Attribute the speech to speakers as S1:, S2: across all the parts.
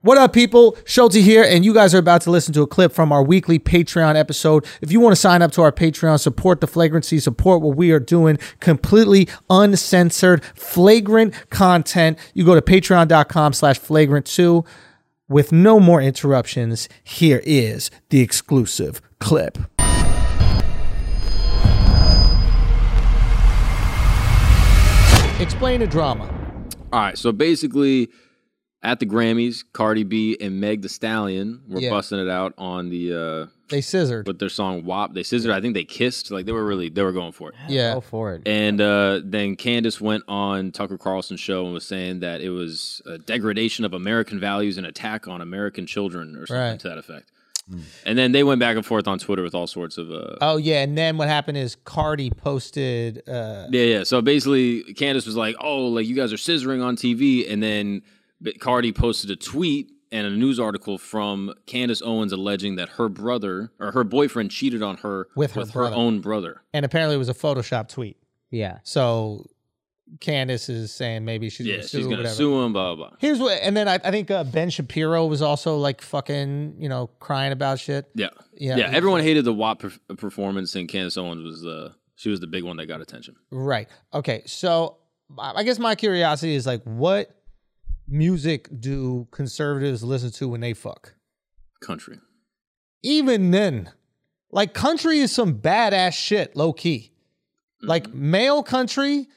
S1: What up, people? Schulte here, and you guys are about to listen to a clip from our weekly Patreon episode. If you want to sign up to our Patreon, support the flagrancy, support what we are doing, completely uncensored, flagrant content, you go to patreon.com slash flagrant2. With no more interruptions, here is the exclusive clip. Explain a drama.
S2: All right, so basically, at the Grammys, Cardi B and Meg The Stallion were
S1: Yeah.
S2: busting it out on the uh,
S1: They scissored.
S2: with their song "WAP." They scissored. I think they kissed. Like they were really they were going for it.
S1: Yeah.
S3: Go for it.
S2: And uh, then Candace went on Tucker Carlson's show and was saying that it was a degradation of American values and attack on American children or something
S1: Right. Hmm.
S2: to that effect. And then they went back and forth on Twitter with all sorts of uh,
S1: Oh yeah, and then what happened is Cardi posted. Uh,
S2: Yeah, yeah. So basically, Candace was like, "Oh, like you guys are scissoring on TV," and then B- Cardi posted a tweet and a news article from Candace Owens alleging that her brother or her boyfriend cheated on her
S1: With her brother.
S2: own brother.
S1: and apparently it was a Photoshop tweet.
S3: Yeah.
S1: So Candace is saying maybe she's
S2: Yeah,
S1: gonna sue
S2: she's
S1: or
S2: gonna
S1: whatever.
S2: sue him. Blah blah. blah.
S1: Here's what, and then I, I think uh, Ben Shapiro was also like fucking, you know, crying about shit.
S2: Yeah,
S1: Yeah.
S2: yeah. everyone hated the WAP per- performance, and Candace Owens was the she was the big one that got attention.
S1: Right. Okay. So I I guess my curiosity is like, what music do conservatives listen to when they fuck?
S2: Country.
S1: even then, like country is some badass shit, low key. Like
S2: Mm-hmm.
S1: male country,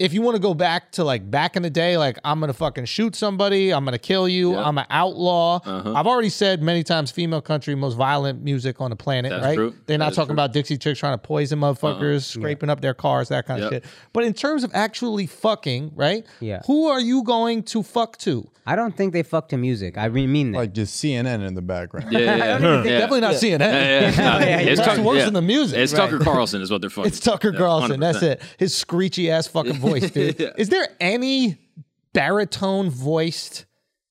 S1: if you want to go back to like back in the day, like I'm gonna fucking shoot somebody, I'm gonna kill you,
S2: Yeah.
S1: I'm an outlaw.
S2: Uh-huh.
S1: I've already said many times, female country, most violent music on the planet,
S2: That's
S1: right?
S2: true.
S1: They're not
S2: That is
S1: talking
S2: true. Uh-huh.
S1: about Dixie chicks trying to poison motherfuckers, scraping up their cars, that kind of
S2: Yep.
S1: shit. But in terms of actually fucking, right?
S3: Yeah.
S1: Who are you going to fuck to?
S3: I don't think they fucked to music. I re- mean that.
S4: like just CNN in the background.
S2: Yeah, yeah, yeah. Yeah.
S1: Definitely not CNN.
S2: Yeah, yeah, no,
S3: Yeah,
S2: it's
S3: yeah.
S2: Tucker,
S1: Worse
S2: yeah.
S1: than the music,
S2: It's
S1: right.
S2: Tucker Carlson is what they're fucking.
S1: It's Tucker
S2: Yeah,
S1: Carlson. That's
S2: 100%.
S1: it. His screechy ass fucking voice, dude.
S2: Yeah.
S1: Is there any baritone voiced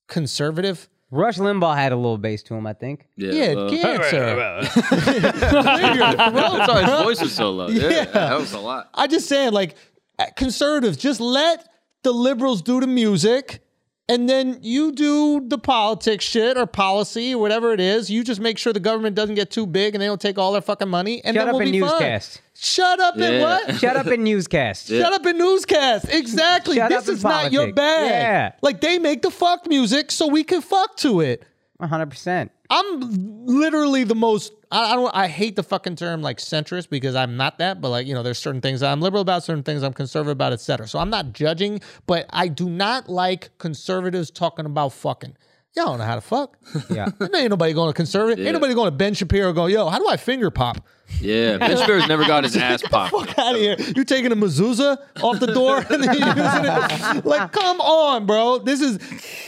S1: conservative?
S3: Rush Limbaugh had a little bass to him, I think.
S1: Yeah,
S2: well-
S1: cancer. Clear your throat,
S2: Sorry, his
S1: huh?
S2: voice was so low. Yeah,
S1: Yeah.
S2: that was a lot.
S1: I just saying, like, eh, conservatives, just let the liberals do the music. And then you do the politics shit or policy or whatever it is. You just make sure the government doesn't get too big and they don't take all their fucking money. And
S3: Shut
S1: then
S3: up
S1: we'll
S3: and
S1: be fine.
S3: newscast.
S1: Shut up and
S2: Yeah.
S1: what?
S3: Shut up and newscast.
S1: Shut up and newscast. Exactly.
S3: Shut
S1: this
S3: up and
S1: is not your
S3: politics.
S1: bag.
S3: Yeah.
S1: Like they make the fuck music so we can fuck to it.
S3: 100%.
S1: I'm literally the most I, I don't I hate the fucking term like centrist because I'm not that, but like, you know, there's certain things I'm liberal about, certain things I'm conservative about, etc. So I'm not judging, but I do not like conservatives talking about fucking. Y'all don't know how to fuck.
S3: Yeah.
S1: Ain't nobody going to conservative. Ain't nobody going to Ben Shapiro going, yo, how do I finger pop?
S2: Yeah, Ben Shapiro's never got his ass popped.
S1: out of here. You taking a mezuzah off the door and then you're using it. Like, come on, bro. This is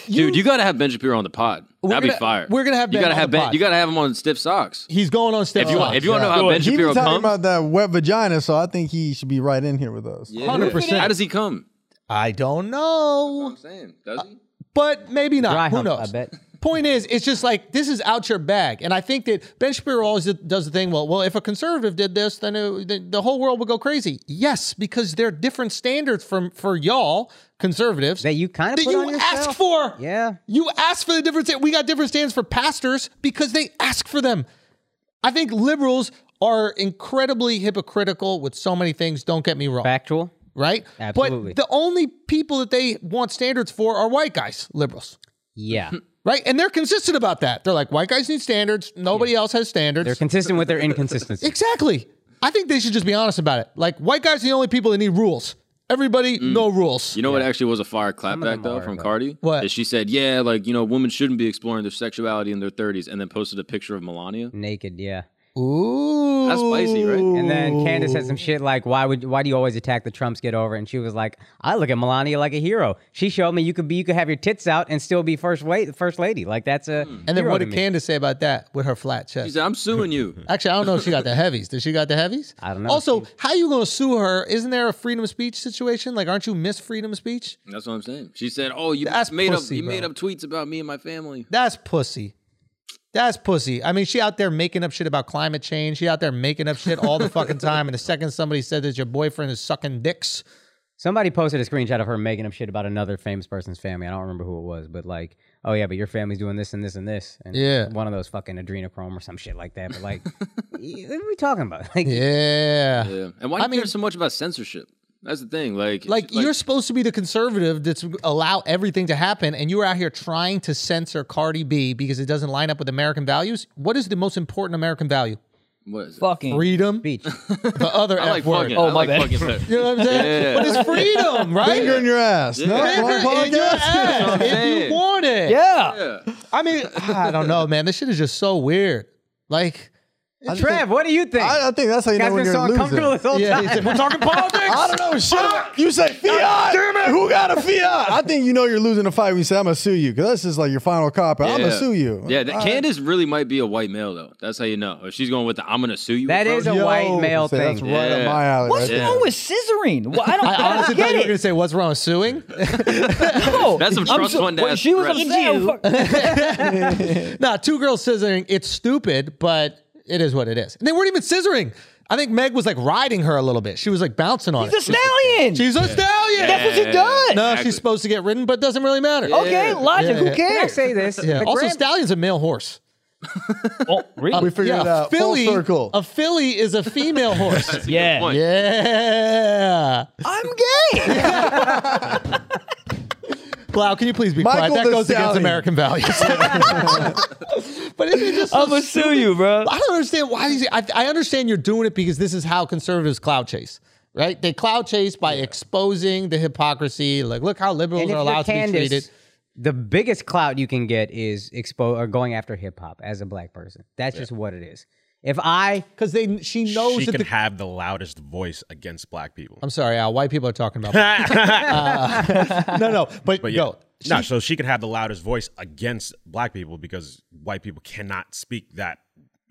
S2: Dude, you gotta have Ben Shapiro on the pod. That'd be
S1: gonna-
S2: fire.
S1: we're gonna have Ben
S2: you gotta
S1: on
S2: have
S1: the
S2: Ben.
S1: pod.
S2: You gotta have him on stiff socks.
S1: he's going on stage.
S2: If you want, if you want to know how
S4: Well,
S2: Ben
S4: he
S2: Shapiro
S4: was talking
S2: comes,
S4: about that wet vagina, so I think he should be right in here with us.
S2: Yeah.
S1: 100%.
S2: How does he come?
S1: I don't know.
S2: saying, does he?
S1: But maybe not.
S3: Dry
S1: Who
S3: hump,
S1: knows?
S3: I bet.
S1: Point is, it's just like this is out your bag, and I think that Ben Shapiro always does the thing. Well, well, if a conservative did this, then it, the, the whole world would go crazy. Yes, because there are different standards from for y'all conservatives
S3: That you kind of
S1: that
S3: put
S1: you
S3: on yourself.
S1: ask for.
S3: Yeah.
S1: You ask for the different sta- We got different stands for pastors because they ask for them. I think liberals are incredibly hypocritical with so many things. Don't get me wrong,
S3: Factual.
S1: right?
S3: Absolutely.
S1: But the only people that they want standards for are white guys, liberals,
S3: Yeah.
S1: right? And they're consistent about that. They're like, white guys need standards. Nobody else has standards.
S3: They're consistent with their inconsistency.
S1: Exactly. I think they should just be honest about it. Like, white guys are the only people that need rules. Everybody,
S2: Mm.
S1: no rules.
S2: You know what actually was a fire clapback
S3: them
S2: though
S3: are,
S2: from
S3: but-
S2: Cardi?
S1: What?
S2: Is she said, yeah, like you know, women shouldn't be exploring their sexuality in their 30s, and then posted a picture of Melania.
S3: Naked, yeah.
S1: Ooh.
S2: That's spicy, right?
S3: And then Candace said some shit like, "Why would why do you always attack the Trumps? Get over." it. And she was like, "I look at Melania like a hero. She showed me you could be you could have your tits out and still be first wait first lady. Like that's a
S1: And then
S3: hero
S1: what
S3: to
S1: did
S3: me.
S1: Candace say about that with her flat chest?
S2: She said, I'm suing you.
S1: Actually, I don't know if she got the heavies. Did she got the heavies?
S3: I don't know.
S1: Also, how you gonna sue her? Isn't there a freedom of speech situation? Like, aren't you Miss Freedom of Speech?
S2: That's what I'm saying. She said, oh, you
S1: That's
S2: made
S1: pussy,
S2: up, you
S1: bro.
S2: made up tweets about me and my family.
S1: That's pussy. That's pussy. I mean, she out there making up shit about climate change. She out there making up shit all the fucking time. And the second somebody said that your boyfriend is sucking dicks,
S3: Somebody posted a screenshot of her making up shit about another famous person's family. I don't remember who it was, but like oh yeah, but your family's doing this and this and this. And
S1: Yeah.
S3: One of those fucking adrenochrome or some shit like that. But like, what are we talking about? Like,
S1: Yeah.
S2: Yeah. And why
S1: I
S2: do you care
S1: mean-
S2: so much about censorship? That's the thing. Like,
S1: Like,
S2: you're.
S1: you're supposed to be the conservative that's allow everything to happen, and you're out here trying to censor Cardi B because it doesn't line up with American values. What is the most important American value?
S2: What is it?
S5: Fucking.
S1: Freedom.
S3: speech.
S1: The other
S2: I like
S1: F word.
S2: fucking.
S5: Oh,
S2: I
S5: my
S2: like
S5: bad.
S2: fucking better.
S1: You know what I'm saying? But it's freedom, right?
S4: Finger in your ass. No,
S1: Finger
S4: on
S1: in your
S4: podcast.
S1: ass
S2: what I'm
S1: if
S2: saying.
S1: you want it.
S5: Yeah.
S2: Yeah.
S5: I mean,
S1: I don't know, man. This shit is just so weird. Like,
S3: Trev, what do you think?
S4: I, I think that's how you
S3: Guys
S4: know when
S3: been
S4: you're
S3: so uncomfortable
S4: losing.
S3: this whole
S1: yeah,
S3: time.
S1: we're talking politics.
S4: I don't know. Shit. You say fiat. Damn it. Who got a fiat? I think you know you're losing a fight when you say, I'm going to sue you. Because that's just like your final cop. out. I'm going to
S2: Yeah.
S4: sue you.
S2: Yeah, that,
S4: All right.
S2: Candace really might be a white male though. That's how you know. If she's going with the I'm gonna sue you.
S3: That
S2: approach,
S3: is a white male
S4: say, That's
S3: thing.
S4: right
S2: Yeah.
S4: up my alley.
S5: what's
S4: right there.
S5: wrong with scissoring? Well, I don't, I
S1: I honestly
S5: don't
S1: thought you were
S5: get
S1: going to
S5: it.
S1: say, what's wrong with suing?
S5: No.
S2: That's some
S5: I'm
S2: trust
S5: so-
S2: fund
S5: wait,
S2: ass
S5: She was
S2: threat.
S5: upset. Fuck-
S1: nah, two girls scissoring, it's stupid, but it is what it is. And they weren't even scissoring. I think Meg was like riding her a little bit. She was like bouncing on
S5: He's a
S1: it.
S5: stallion.
S1: She's a stallion.
S5: That's what she does.
S1: No,
S2: Exactly.
S1: she's supposed to get ridden, but it doesn't really matter.
S5: Okay, logic.
S1: Yeah.
S5: Who
S3: Can I
S5: cares?
S3: say this?
S1: Yeah.
S3: The
S1: Also,
S3: grand-
S1: stallion's a male horse.
S5: Oh, really?
S4: We figured
S1: yeah,
S4: it out.
S1: Philly,
S4: Full circle.
S1: A filly is a female horse.
S5: yeah.
S2: Point.
S1: yeah.
S5: I'm gay.
S1: Blau, can you please be
S4: Michael
S1: quiet? That
S4: the
S1: goes against
S4: Stallion.
S1: American values. but isn't it just so
S5: I'm gonna sue you, bro.
S1: I don't understand why these. I, I understand you're doing it because this is how conservatives cloud chase, right? They cloud chase by exposing the hypocrisy. Like, look how liberals
S3: And
S1: are
S3: if you're
S1: allowed to be
S3: Candace,
S1: treated.
S3: the biggest clout you can get is expo or going after hip hop as a black person. That's just what it is. If I
S1: Because they, she knows
S6: she
S1: that
S6: can
S1: the. Um,
S6: have the loudest voice against black people.
S1: I'm sorry, Al. White people are talking about. Uh, no, no, but,
S6: But yeah.
S1: no.
S6: no, so she can have the loudest voice against black people because white people cannot speak that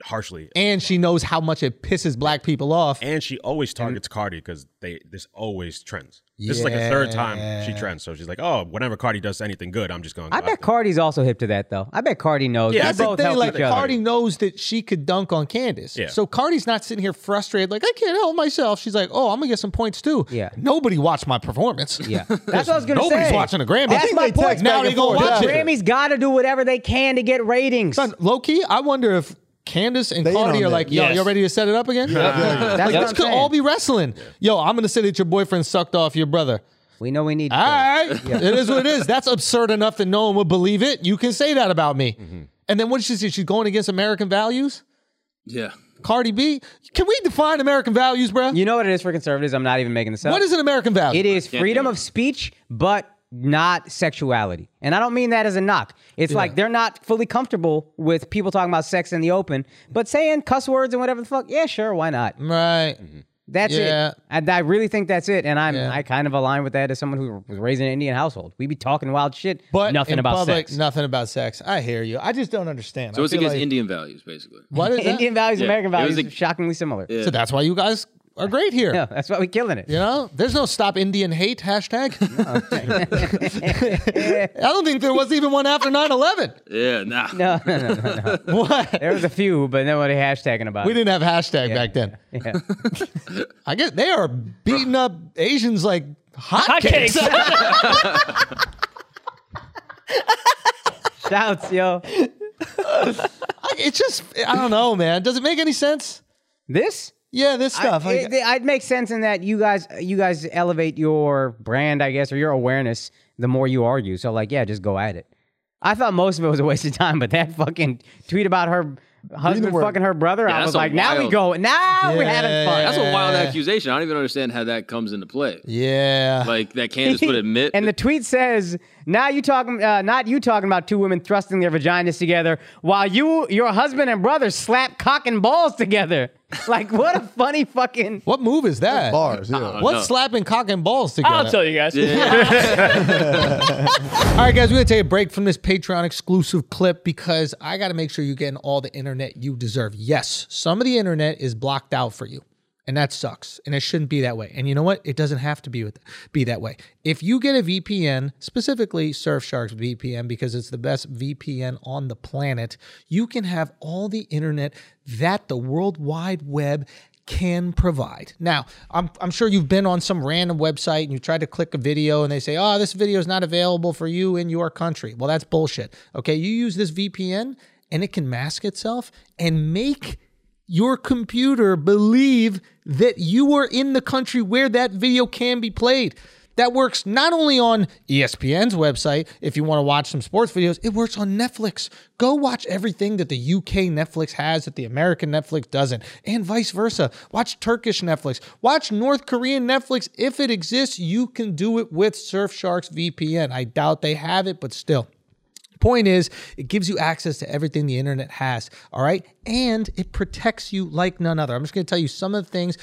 S6: harshly.
S1: And she knows how much it pisses black people off.
S6: And she always targets Cardi because they there's always trends. This is like the third time she trends. So she's like, oh, whenever Cardi does anything good, I'm just going. to
S3: I bet Cardi's also hip to that though. I bet Cardi knows.
S6: Yeah,
S3: Yeah,
S6: that's
S1: That's the
S3: both
S1: thing.
S3: help
S1: Like
S3: each other.
S1: Cardi knows that she could dunk on Candace.
S6: Yeah.
S1: So Cardi's not sitting here frustrated, like I can't help myself. She's like, oh, I'm gonna get some points too.
S3: Yeah.
S1: Nobody watched my performance.
S3: Yeah, that's what I was gonna say.
S1: Nobody's watching the Grammys.
S3: That's
S1: I think
S3: my
S1: they text
S3: point.
S1: back Now they and gonna forth. watch
S3: The
S1: it.
S3: Grammys got to do whatever they can to get ratings.
S1: Son, low key, I wonder if Candace and
S4: They in
S1: Cardi
S4: on
S1: are
S4: that.
S1: like, yo,
S5: Yes.
S1: you ready to set it up again? like,
S3: That's what
S1: this
S3: I'm
S1: could
S3: saying.
S1: all be wrestling. Yo, I'm gonna say that your boyfriend sucked off your brother.
S3: we know we need.
S1: All right. It is what it is. That's absurd enough that no one would believe it. You can say that about me.
S3: Mm-hmm.
S1: And then what did she say? She's going against American values?
S2: Yeah.
S1: Cardi B? Can we define American values, bro?
S3: You know what it is for conservatives? I'm not even making this up.
S1: What is an American value?
S3: It is
S2: Can't
S3: freedom
S2: do it.
S3: of speech, but not sexuality. And I don't mean that as a knock. It's like they're not fully comfortable with people talking about sex in the open, but saying cuss words and whatever the fuck, yeah, sure, why not?
S1: Right.
S3: Mm-hmm. That's
S1: Yeah.
S3: it. And I really think that's it. And I'm
S1: Yeah.
S3: I kind of align with that as someone who was raised in an Indian household. We be talking wild shit,
S1: But
S3: nothing
S1: in
S3: about
S1: public,
S3: sex.
S1: Nothing about sex. I hear you. I just don't understand.
S2: So
S1: I
S2: it's
S1: feel
S2: against
S1: like-
S2: Indian values, basically.
S1: What is that?
S3: Indian values,
S2: Yeah.
S3: American
S2: It was
S3: values,
S2: a-
S3: shockingly similar. Yeah.
S1: So that's why you guys are great here.
S3: that's why we killing it.
S1: You know, there's no stop Indian hate hashtag. I don't think there was even one after 9 11.
S2: Yeah. Nah.
S3: No, no, no, no, no.
S1: What?
S3: There was a few, but nobody hashtagging about
S1: We
S3: it.
S1: didn't have hashtag back then.
S3: Yeah.
S1: I guess they are beating up Asians like hotcakes.
S5: Hotcakes.
S3: Shouts, yo.
S1: it's just, I don't know, man. Does it make any sense?
S3: This
S1: Yeah, this stuff.
S3: I,
S1: I-
S3: it, I'd make sense in that you guys you guys elevate your brand, I guess, or your awareness the more you argue. So like, yeah, just go at it. I thought most of it was a waste of time, but that fucking tweet about her husband
S4: word.
S3: fucking her brother, I
S2: that's
S3: was
S2: a
S3: like, now we
S2: wild-
S3: go, now we're having fun.
S2: That's a wild accusation. I don't even understand how that comes into play.
S1: yeah.
S2: Like that Candace would admit.
S3: and the tweet says, "Now you talking, uh, not you talking about two women thrusting their vaginas together, while you, your husband and brother, slap cock and balls together." Like, what a funny fucking
S1: what move is that?
S4: Bars, yeah.
S1: What's
S2: no.
S1: slapping cock and balls together?
S5: Uh, I'll tell you guys.
S1: All right, guys, we're gonna take a break from this Patreon exclusive clip because I gotta make sure you're getting all the internet you deserve. Yes, some of the internet is blocked out for you, and that sucks, and it shouldn't be that way. And you know what? It doesn't have to be with, be that way. If you get a VPN, specifically Surfshark's VPN, because it's the best VPN on the planet, you can have all the internet that the World Wide Web can provide. Now, I'm, I'm sure you've been on some random website and you tried to click a video and they say, oh, this video is not available for you in your country. Well, that's bullshit. Okay, you use this VPN and it can mask itself and make your computer believe that you were in the country where that video can be played. That works not only on E ESPN's website, if you want to watch some sports videos, it works on Netflix. Go watch everything that the UK Netflix has that the American Netflix doesn't, and vice versa. Watch Turkish Netflix, watch North Korean Netflix. If it exists, you can do it with Surfshark's VPN. I doubt they have it, but still. Point is, it gives you access to everything the internet has, all right? And it protects you like none other. I'm just gonna tell you some of the things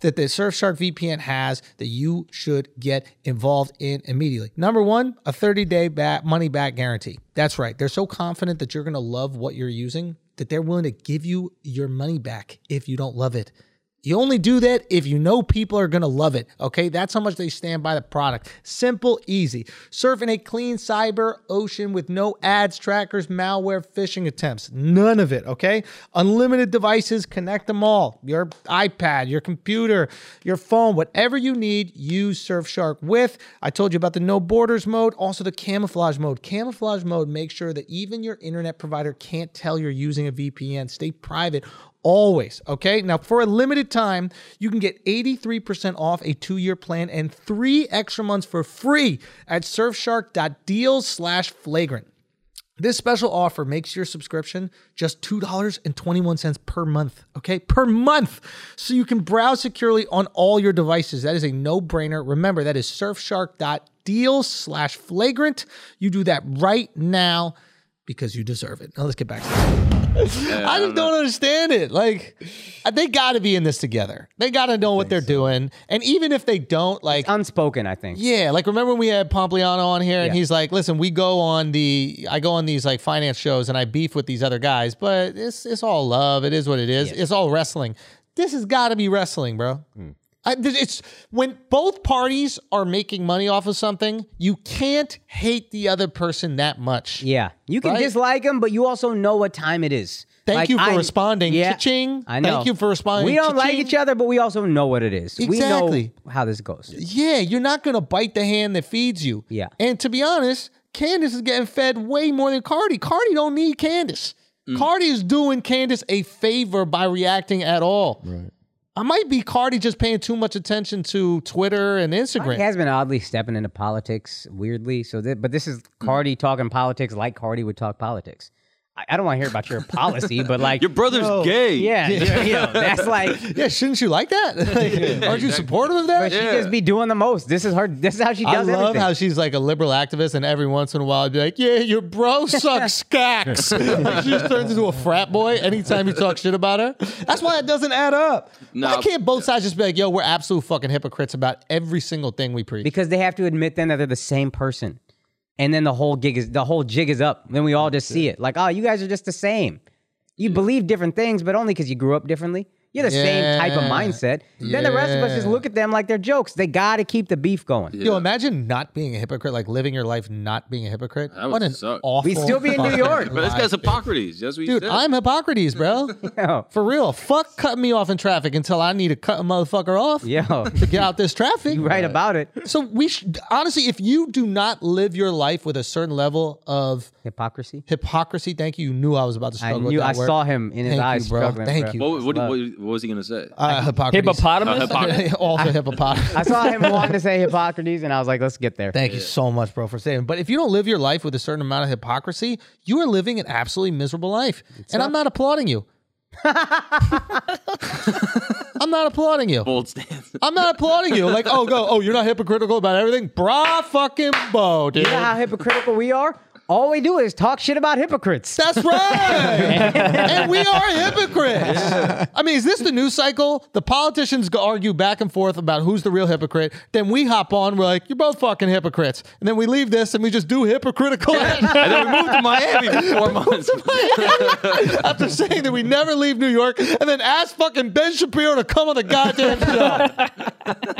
S1: that the Surfshark VPN has that you should get involved in immediately. Number one, a 30 day back, money back guarantee. That's right. They're so confident that you're gonna love what you're using that they're willing to give you your money back if you don't love it. You only do that if you know people are going to love it. Okay. That's how much they stand by the product. Simple, easy. Surf in a clean cyber ocean with no ads, trackers, malware, phishing attempts. None of it. Okay. Unlimited devices, connect them all your iPad, your computer, your phone, whatever you need, use Surfshark with. I told you about the no borders mode, also the camouflage mode. Camouflage mode makes sure that even your internet provider can't tell you're using a VPN. Stay private always. Okay. Now, for a limited time, you can get 83% off a two year plan and three extra months for free at surfshark.deals slash flagrant. This special offer makes your subscription just $2.21 per month, okay? Per month. So you can browse securely on all your devices. That is a no-brainer. Remember, that is surfshark.deals slash flagrant. You do that right now because you deserve it. Now let's get back to I just don't understand it. Like, they got to be in this together. They got to know what they're doing. And even if they don't, like,
S3: Unspoken, I think.
S1: yeah, like remember when we had Pompliano on here, and he's like, "Listen, we go on the, I go on these like finance shows, and I beef with these other guys, but it's it's all love. It is what it is. It's all wrestling. This has got to be wrestling, bro. I, th- it's when both parties are making money off of something, you can't hate the other person that much.
S3: Yeah, you can
S1: Right?
S3: dislike them, but you also know what time it is.
S1: Thank
S3: Like,
S1: you for
S3: I-
S1: responding.
S3: Yeah,
S1: Cha-ching.
S3: I know.
S1: Thank you for responding.
S3: We don't like
S1: Cha-ching.
S3: each other, but we also know what it is.
S1: Exactly.
S3: We know how this goes.
S1: Yeah, you're not gonna bite the hand that feeds you.
S3: Yeah.
S1: And to be honest, Candace is getting fed way more than Cardi. Cardi don't need Candace. Cardi is doing Candace a favor by reacting at all. Right. I might be Cardi just paying too much attention to Twitter and Instagram.
S3: He has been oddly stepping into politics weirdly. So, thi- but this is Cardi talking politics like Cardi would talk politics. I, I don't want to hear about your policy, but like,
S2: Your brother's gay.
S3: yeah, you know, that's like.
S1: yeah, shouldn't you like that? Like, aren't you supportive of that?
S3: But she just be doing the most. This is her. This is how she does
S1: I love
S3: everything.
S1: how she's like a liberal activist, and every once in a while, I'd be like, "Yeah, your bro sucks cacks." Like, she just turns into a frat boy anytime you talk shit about her. That's why it doesn't add up. Why can't both sides just be like, "Yo, we're absolute fucking hypocrites about every single thing we preach"?
S3: because they have to admit then that they're the same person, and then the whole gig is the whole jig is up. Then we all just see it like, oh, you guys are just the same. You believe different things, but only because you grew up differently. You're the same type of
S1: Yeah.
S3: mindset. Then the rest of us just
S1: Yeah.
S3: look at them like they're jokes. They got to keep the beef going.
S1: Yo, imagine not being a hypocrite, like living your life not being a hypocrite.
S2: That would
S1: what an
S2: suck.
S1: awful.
S3: We'd still be in New
S1: fucking
S3: York.
S2: But this
S1: life.
S2: guy's Hippocrates. That's what you
S1: Dude,
S2: said.
S1: I'm Hippocrates, bro.
S3: Yo,
S1: For real. Fuck cutting me off in traffic until I need to cut a motherfucker off
S3: yo,
S1: to get out this traffic.
S3: you right about it.
S1: So we should, honestly, if you do not live your life with a certain level of
S3: Hypocrisy.
S1: hypocrisy, thank you. You knew I was about to
S3: I
S1: struggle with
S3: knew.
S1: that
S3: I
S1: word.
S3: saw him in his
S1: Thank
S3: eyes
S1: you, bro.
S3: struggling.
S1: Thank
S3: bro.
S1: you.
S2: what, what, what, what was he gonna say?
S1: Uh, hypocrisy.
S5: Hippopotamus?
S2: Hippocrates.
S1: also hypocrisy.
S3: I saw him wanting to say Hippocrates, and I was like, let's get there.
S1: Thank you so much, bro, for saying. But if you don't live your life with a certain amount of hypocrisy, you are living an absolutely miserable life. and I'm not applauding you. I'm not applauding you.
S2: Bold stance.
S1: I'm not applauding you. Like, oh, go. Oh, you're not hypocritical about everything. Bra fucking bo, dude.
S3: You know how hypocritical we are? All we do is talk shit about hypocrites.
S1: That's right. and we are hypocrites. I mean, is this the news cycle? The politicians go argue back and forth about who's the real hypocrite. Then we hop on. We're like, you're both fucking hypocrites. And then we leave this and we just do hypocritical
S2: and then we moved to Miami for four months.
S1: after saying that we never leave New York and then ask fucking Ben Shapiro to come on the goddamn show.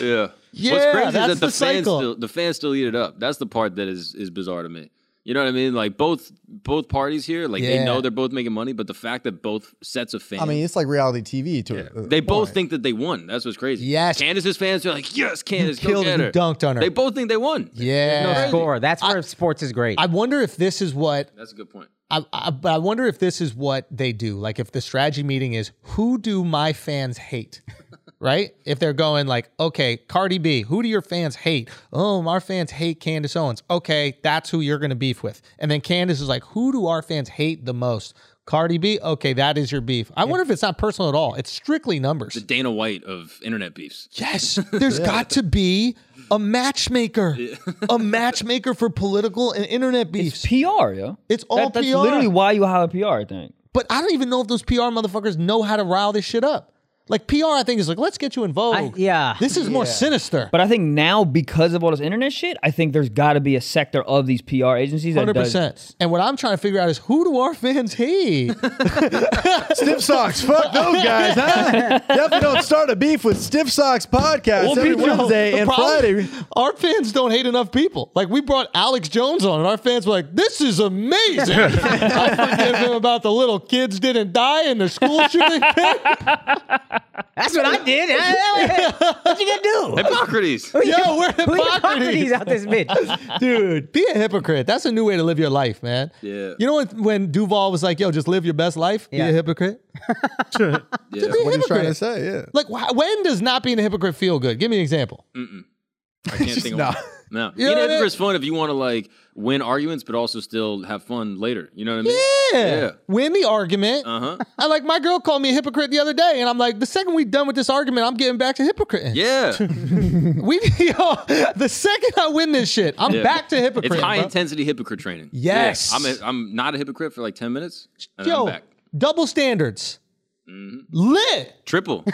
S2: yeah.
S1: Yeah, that's the
S2: the, fans
S1: cycle.
S2: still the fans still eat it up. That's the part that is is bizarre to me. You know what I mean? Like both both parties here, like
S1: Yeah.
S2: they know they're both making money, but the fact that both sets of fans,
S4: I mean, it's like reality TV to it.
S2: they both think that they won. That's what's crazy.
S1: Yes.
S2: Candace's fans are like, yes, Candace, go
S1: killed
S2: get
S1: her,
S2: her.
S1: you dunked on her.
S2: They both think they won.
S1: Yeah.
S3: Score. That's where sports is great.
S1: I wonder if this is what
S2: That's a good point.
S1: I, I, but I wonder if this is what they do. Like, if the strategy meeting is who do my fans hate, right? If they're going like, okay, Cardi B, who do your fans hate? Oh, our fans hate Candace Owens. Okay, that's who you're going to beef with. And then Candace is like, who do our fans hate the most? Cardi B. Okay, that is your beef. I wonder if it's not personal at all. It's strictly numbers.
S2: Dana White of internet beefs.
S1: Yes, there's got to be a matchmaker, a matchmaker for political and internet beefs.
S5: It's PR, yo.
S1: It's all
S5: That- that's
S1: PR.
S5: literally why you hire PR, I think.
S1: But I don't even know if those PR motherfuckers know how to rile this shit up. Like PR, I think is like, let's get you in vogue.
S3: I- yeah.
S1: this is more sinister.
S5: But I think now, because of all this internet shit, I think there's got to be a sector of these PR agencies that
S1: Hundred
S5: does.
S1: percent. And what I'm trying to figure out is who do our fans hate?
S4: Stiff Socks, fuck those guys, huh? Definitely don't start a beef with Stiff Socks podcast
S5: We'll
S4: every
S5: beat you.
S4: Wednesday and
S1: Probably-
S4: Friday.
S1: Our fans don't hate enough people. Like we brought Alex Jones on, and our fans were like, "This is amazing." I forgive him about the little kids didn't die in the school shooting.
S3: That's what I did. what you gonna do?
S2: Hippocrates.
S1: Yo, we're
S3: Who are
S1: hypocrites.
S3: Hippocrates out this bitch?
S1: Dude, be a hypocrite. That's a new way to live your life, man.
S2: Yeah.
S1: You know when when Duval was like, "Yo, just live your best life.
S3: Yeah.
S1: Be a hypocrite."
S2: Yeah.
S1: Be a
S4: What are you trying to
S1: hypocrite.
S4: say? Yeah.
S1: Like, wh- when does not being a hypocrite feel good? Give me an example.
S2: Mm. I can't think of
S4: no.
S2: one. No.
S1: know
S2: You know,
S1: what I mean?
S2: it's fun if you want to like win arguments, but also still have fun later. You know what I mean?
S1: Yeah.
S2: Yeah.
S1: Win the argument.
S2: Uh huh.
S1: I like my girl called me a hypocrite the other day, and I'm like, the second we done with this argument, I'm getting back to hypocrite.
S2: Yeah.
S1: We, yo, the second I win this shit, I'm
S2: Yeah.
S1: back to hypocrite.
S2: It's high
S1: bro.
S2: intensity hypocrite training.
S1: Yes.
S2: Yeah. I'm, a, I'm not a hypocrite for like 10 minutes. And I'm
S1: Yo,
S2: back. Mm-hmm.
S1: double standards. Lit.
S2: Triple. Go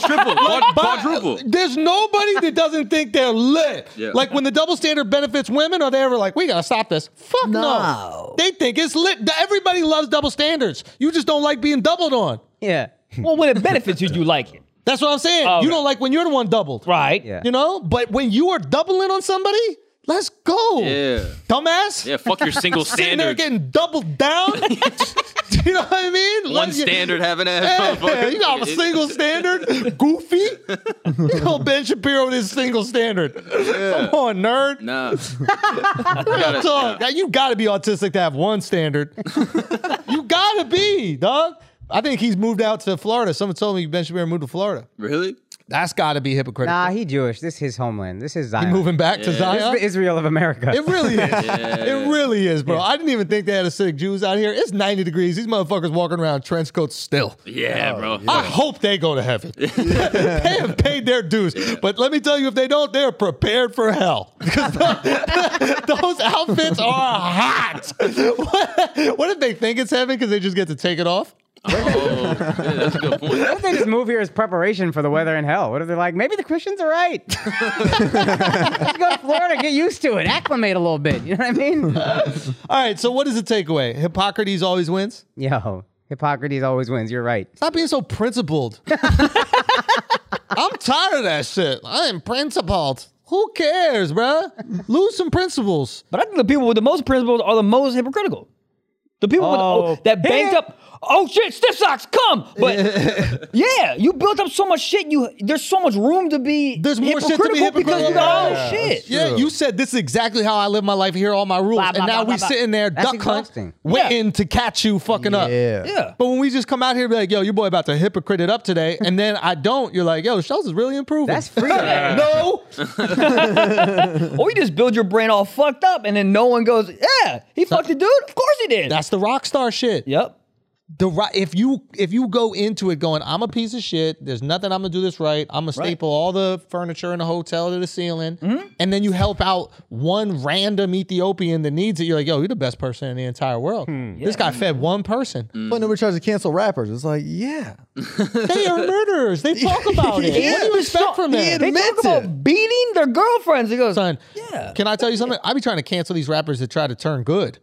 S2: triple. Quad, quadruple.
S1: There's nobody that doesn't think they're lit.
S2: Yeah.
S1: Like when the double standard benefits women, are they ever like, we gotta stop this? Fuck no.
S3: No.
S1: They think it's lit. Everybody loves double standards. You just don't like being doubled on.
S3: Yeah.
S5: Well, when it benefits you, you like it,
S1: That's what I'm saying. you
S5: Oh, okay.
S1: don't like when you're the one doubled.
S5: right?
S3: Yeah.
S1: You know? But when you are doubling on somebody, let's go.
S2: Yeah.
S1: Dumbass.
S2: Yeah. Fuck your single
S1: Sitting there getting
S2: standard.
S1: doubled down. Do you know what I mean?
S2: One
S1: Like,
S2: standard having ass.
S1: Hey,
S2: motherfucker.
S1: you got a single standard, goofy. You know Ben Shapiro with his single standard. Come on, nerd.
S2: Nah.
S1: Real talk. You got to be autistic to have one standard. you got to be, dog. I think he's moved out to Florida. Someone told me Ben Shapiro moved to Florida.
S2: Really?
S1: That's got to be hypocritical.
S3: Nah, he Jewish. This is his homeland. This is
S1: You
S3: Zion.
S1: moving back to
S3: This is
S1: Zion?
S3: the Israel of America.
S1: It really is. It really is, bro. I didn't even think they had acidic Jews out here. It's 90 degrees. These motherfuckers walking around in trench coats still.
S2: Yeah, bro.
S1: I hope they go to heaven. they have paid their dues. But let me tell you, if they don't, they're prepared for hell. Because those outfits are hot. What, what if they think it's heaven because they just get to take it off?
S2: Oh, yeah, that's a good point.
S3: What if they just move here as preparation for the weather in hell? What if they're like, maybe the Christians are right? Let's go to Florida, get used to it, acclimate a little bit. You know what I mean?
S1: All right, so what is the takeaway? Hippocrates always wins?
S3: Yo, Hippocrates always wins. You're right.
S1: Stop being so principled. I'm tired of that shit. I am principled. Who cares, bruh? Lose some principles.
S5: But I think the people with the most principles are the most hypocritical. The people
S3: Oh.
S5: with the, that banked up. Oh shit, stiff socks, come! But yeah, you built up so much shit. You there's so much room to be.
S1: There's more shit to be
S5: because you
S1: hypocritical.
S5: got all
S1: Yeah.
S5: this shit.
S1: Yeah, you said this is exactly how I live my life. Here are all my rules,
S5: Blah, blah,
S1: and now
S5: blah, blah,
S1: we
S5: blah.
S1: sitting there
S3: That's
S1: duck hunt,
S3: exhausting.
S1: waiting to catch you fucking up.
S4: Yeah.
S5: Yeah.
S1: But when we just come out here and be like, "Yo, your boy about to hypocrite it up today," and then I don't, you're like, "Yo, Shells is really improving."
S3: That's freedom.
S1: no,
S5: Or you just build your brain all fucked up, and then no one goes, "Yeah, he fucked the dude. Of course he did."
S1: that's the rock star shit.
S5: yep.
S1: the right if you if you go into it going i'm a piece of shit there's nothing i'm gonna do this right i'm gonna staple all the furniture in the hotel to the ceiling
S5: Mm-hmm.
S1: and then you help out one random ethiopian that needs it you're like yo you're the best person in the entire world
S5: Hmm.
S1: this guy fed one person
S4: But nobody tries to cancel rappers. It's like, yeah.
S1: they are murderers they talk about it what do you expect from them
S5: They talk
S4: admits
S5: about
S4: it.
S5: beating their girlfriends. He goes,
S1: Son,
S5: Yeah.
S1: can i tell you something i be trying to cancel these rappers that try to turn good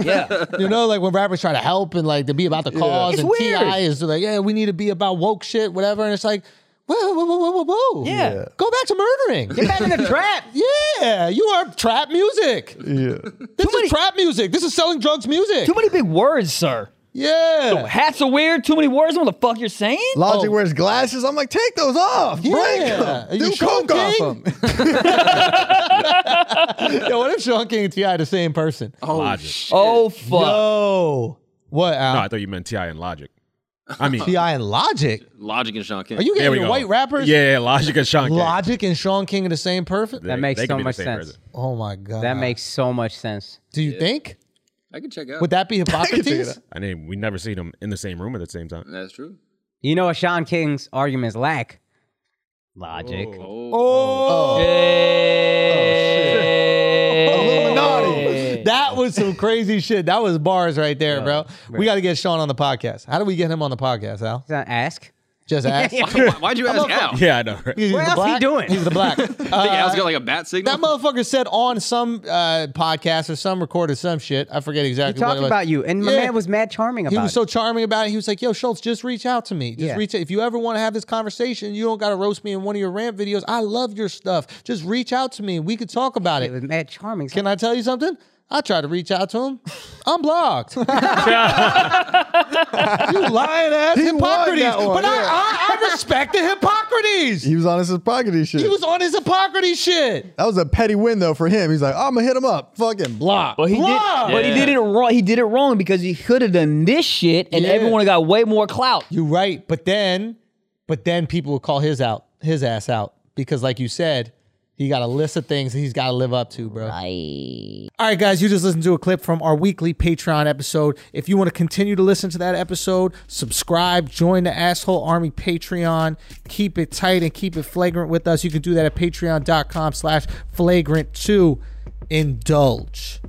S5: "Yeah."
S1: You know, like when rappers try to help and like to be about the cause,
S5: It's
S1: and
S5: weird.
S1: Ti is like, yeah, we need to be about woke shit, whatever. And it's like, whoa, whoa, whoa, whoa, whoa, whoa.
S5: Yeah. Yeah.
S1: Go back to murdering.
S3: Back in the trap.
S1: yeah. You are trap music.
S4: Yeah.
S1: This is trap music. This is selling drugs music.
S5: Too many big words, sir.
S1: yeah.
S5: Hats are weird. Too many words. I don't know What the fuck you're saying?
S4: Logic wears glasses. I'm like, take those off.
S1: Yeah.
S4: Break
S1: Are
S4: them.
S1: you
S4: Do
S1: Sean
S4: coke off
S1: King?
S4: 'em.
S1: Yo, what if Sean King and Ti are the same person?
S2: Oh,
S6: Logic.
S2: shit.
S5: Oh fuck.
S1: Yo, what? Al?
S6: No, "Oh, I thought you meant Ti and Logic. I mean,
S1: Ti and Logic.
S2: Logic and Sean King.
S1: Are you
S6: there
S1: getting
S6: we
S1: your
S6: go.
S1: white rappers?
S6: Yeah, yeah, Logic and Sean. King.
S1: Logic and Sean King are the same person.
S6: They-
S3: makes
S6: they could
S3: so
S6: be the
S3: much
S6: same
S3: sense.
S6: person.
S1: Oh my god.
S3: That makes so much sense.
S1: Do you think?
S2: I can check out.
S1: Would that be
S4: figure
S1: Hippocrates?
S4: that.
S6: I mean, we never seen them in the same room at the same time.
S2: That's true.
S3: You know what Sean King's arguments lack? Logic.
S1: oh,
S4: Illuminati.
S1: that was some crazy shit. That was bars right there, bro. We got to get Sean on the podcast. How do we get him on the podcast, Al?
S3: Is that Ask.
S1: Just ask.
S3: Yeah.
S2: Why, why'd you ask Al?
S6: Yeah, I know. right?
S1: He's
S3: What
S1: the
S3: else he
S1: black.
S3: doing?
S1: He's the black.
S2: I
S1: Uh,
S2: think Al's got like a bat signal.
S1: that motherfucker said on some uh, podcast or some recorded some shit. I forget
S3: He
S1: exactly. what
S3: talked
S1: it was.
S3: about you, and my
S1: Yeah.
S3: man was mad charming about
S1: He was
S3: it.
S1: so charming about it. He was like, "Yo, Schultz, just reach out to me. Just
S3: Yeah.
S1: reach out. If you ever want to have this conversation, you don't got to roast me in one of your rant videos. I love your stuff. Just reach out to me. and We could talk about
S3: He
S1: it.
S3: was mad charming.
S1: Can I tell you something? I tried to reach out to him. I'm blocked. you lying ass
S4: He won
S1: Hippocrates.
S4: that one,
S1: But I,
S4: yeah.
S1: I, I respect the Hippocrates.
S4: He was on his Hippocrates shit.
S1: He was on his Hippocrates shit.
S4: that was a petty win though for him. He's like, I'm gonna hit him up. Fucking block.
S5: But he did.
S1: Wow.
S5: But he
S2: Yeah.
S5: did it wrong. He did it wrong because he could have done this shit, and
S1: Yeah.
S5: everyone got way more clout.
S1: You're right, but then, but then people will call his out, his ass out, because like you said, he got a list of things that he's got to live up to, bro. All right, guys, you just listened to a clip from our weekly Patreon episode. If you want to continue to listen to that episode, subscribe, join the Asshole Army Patreon. Keep it tight and keep it flagrant with us. You can do that at patreon.com slash flagrant to indulge.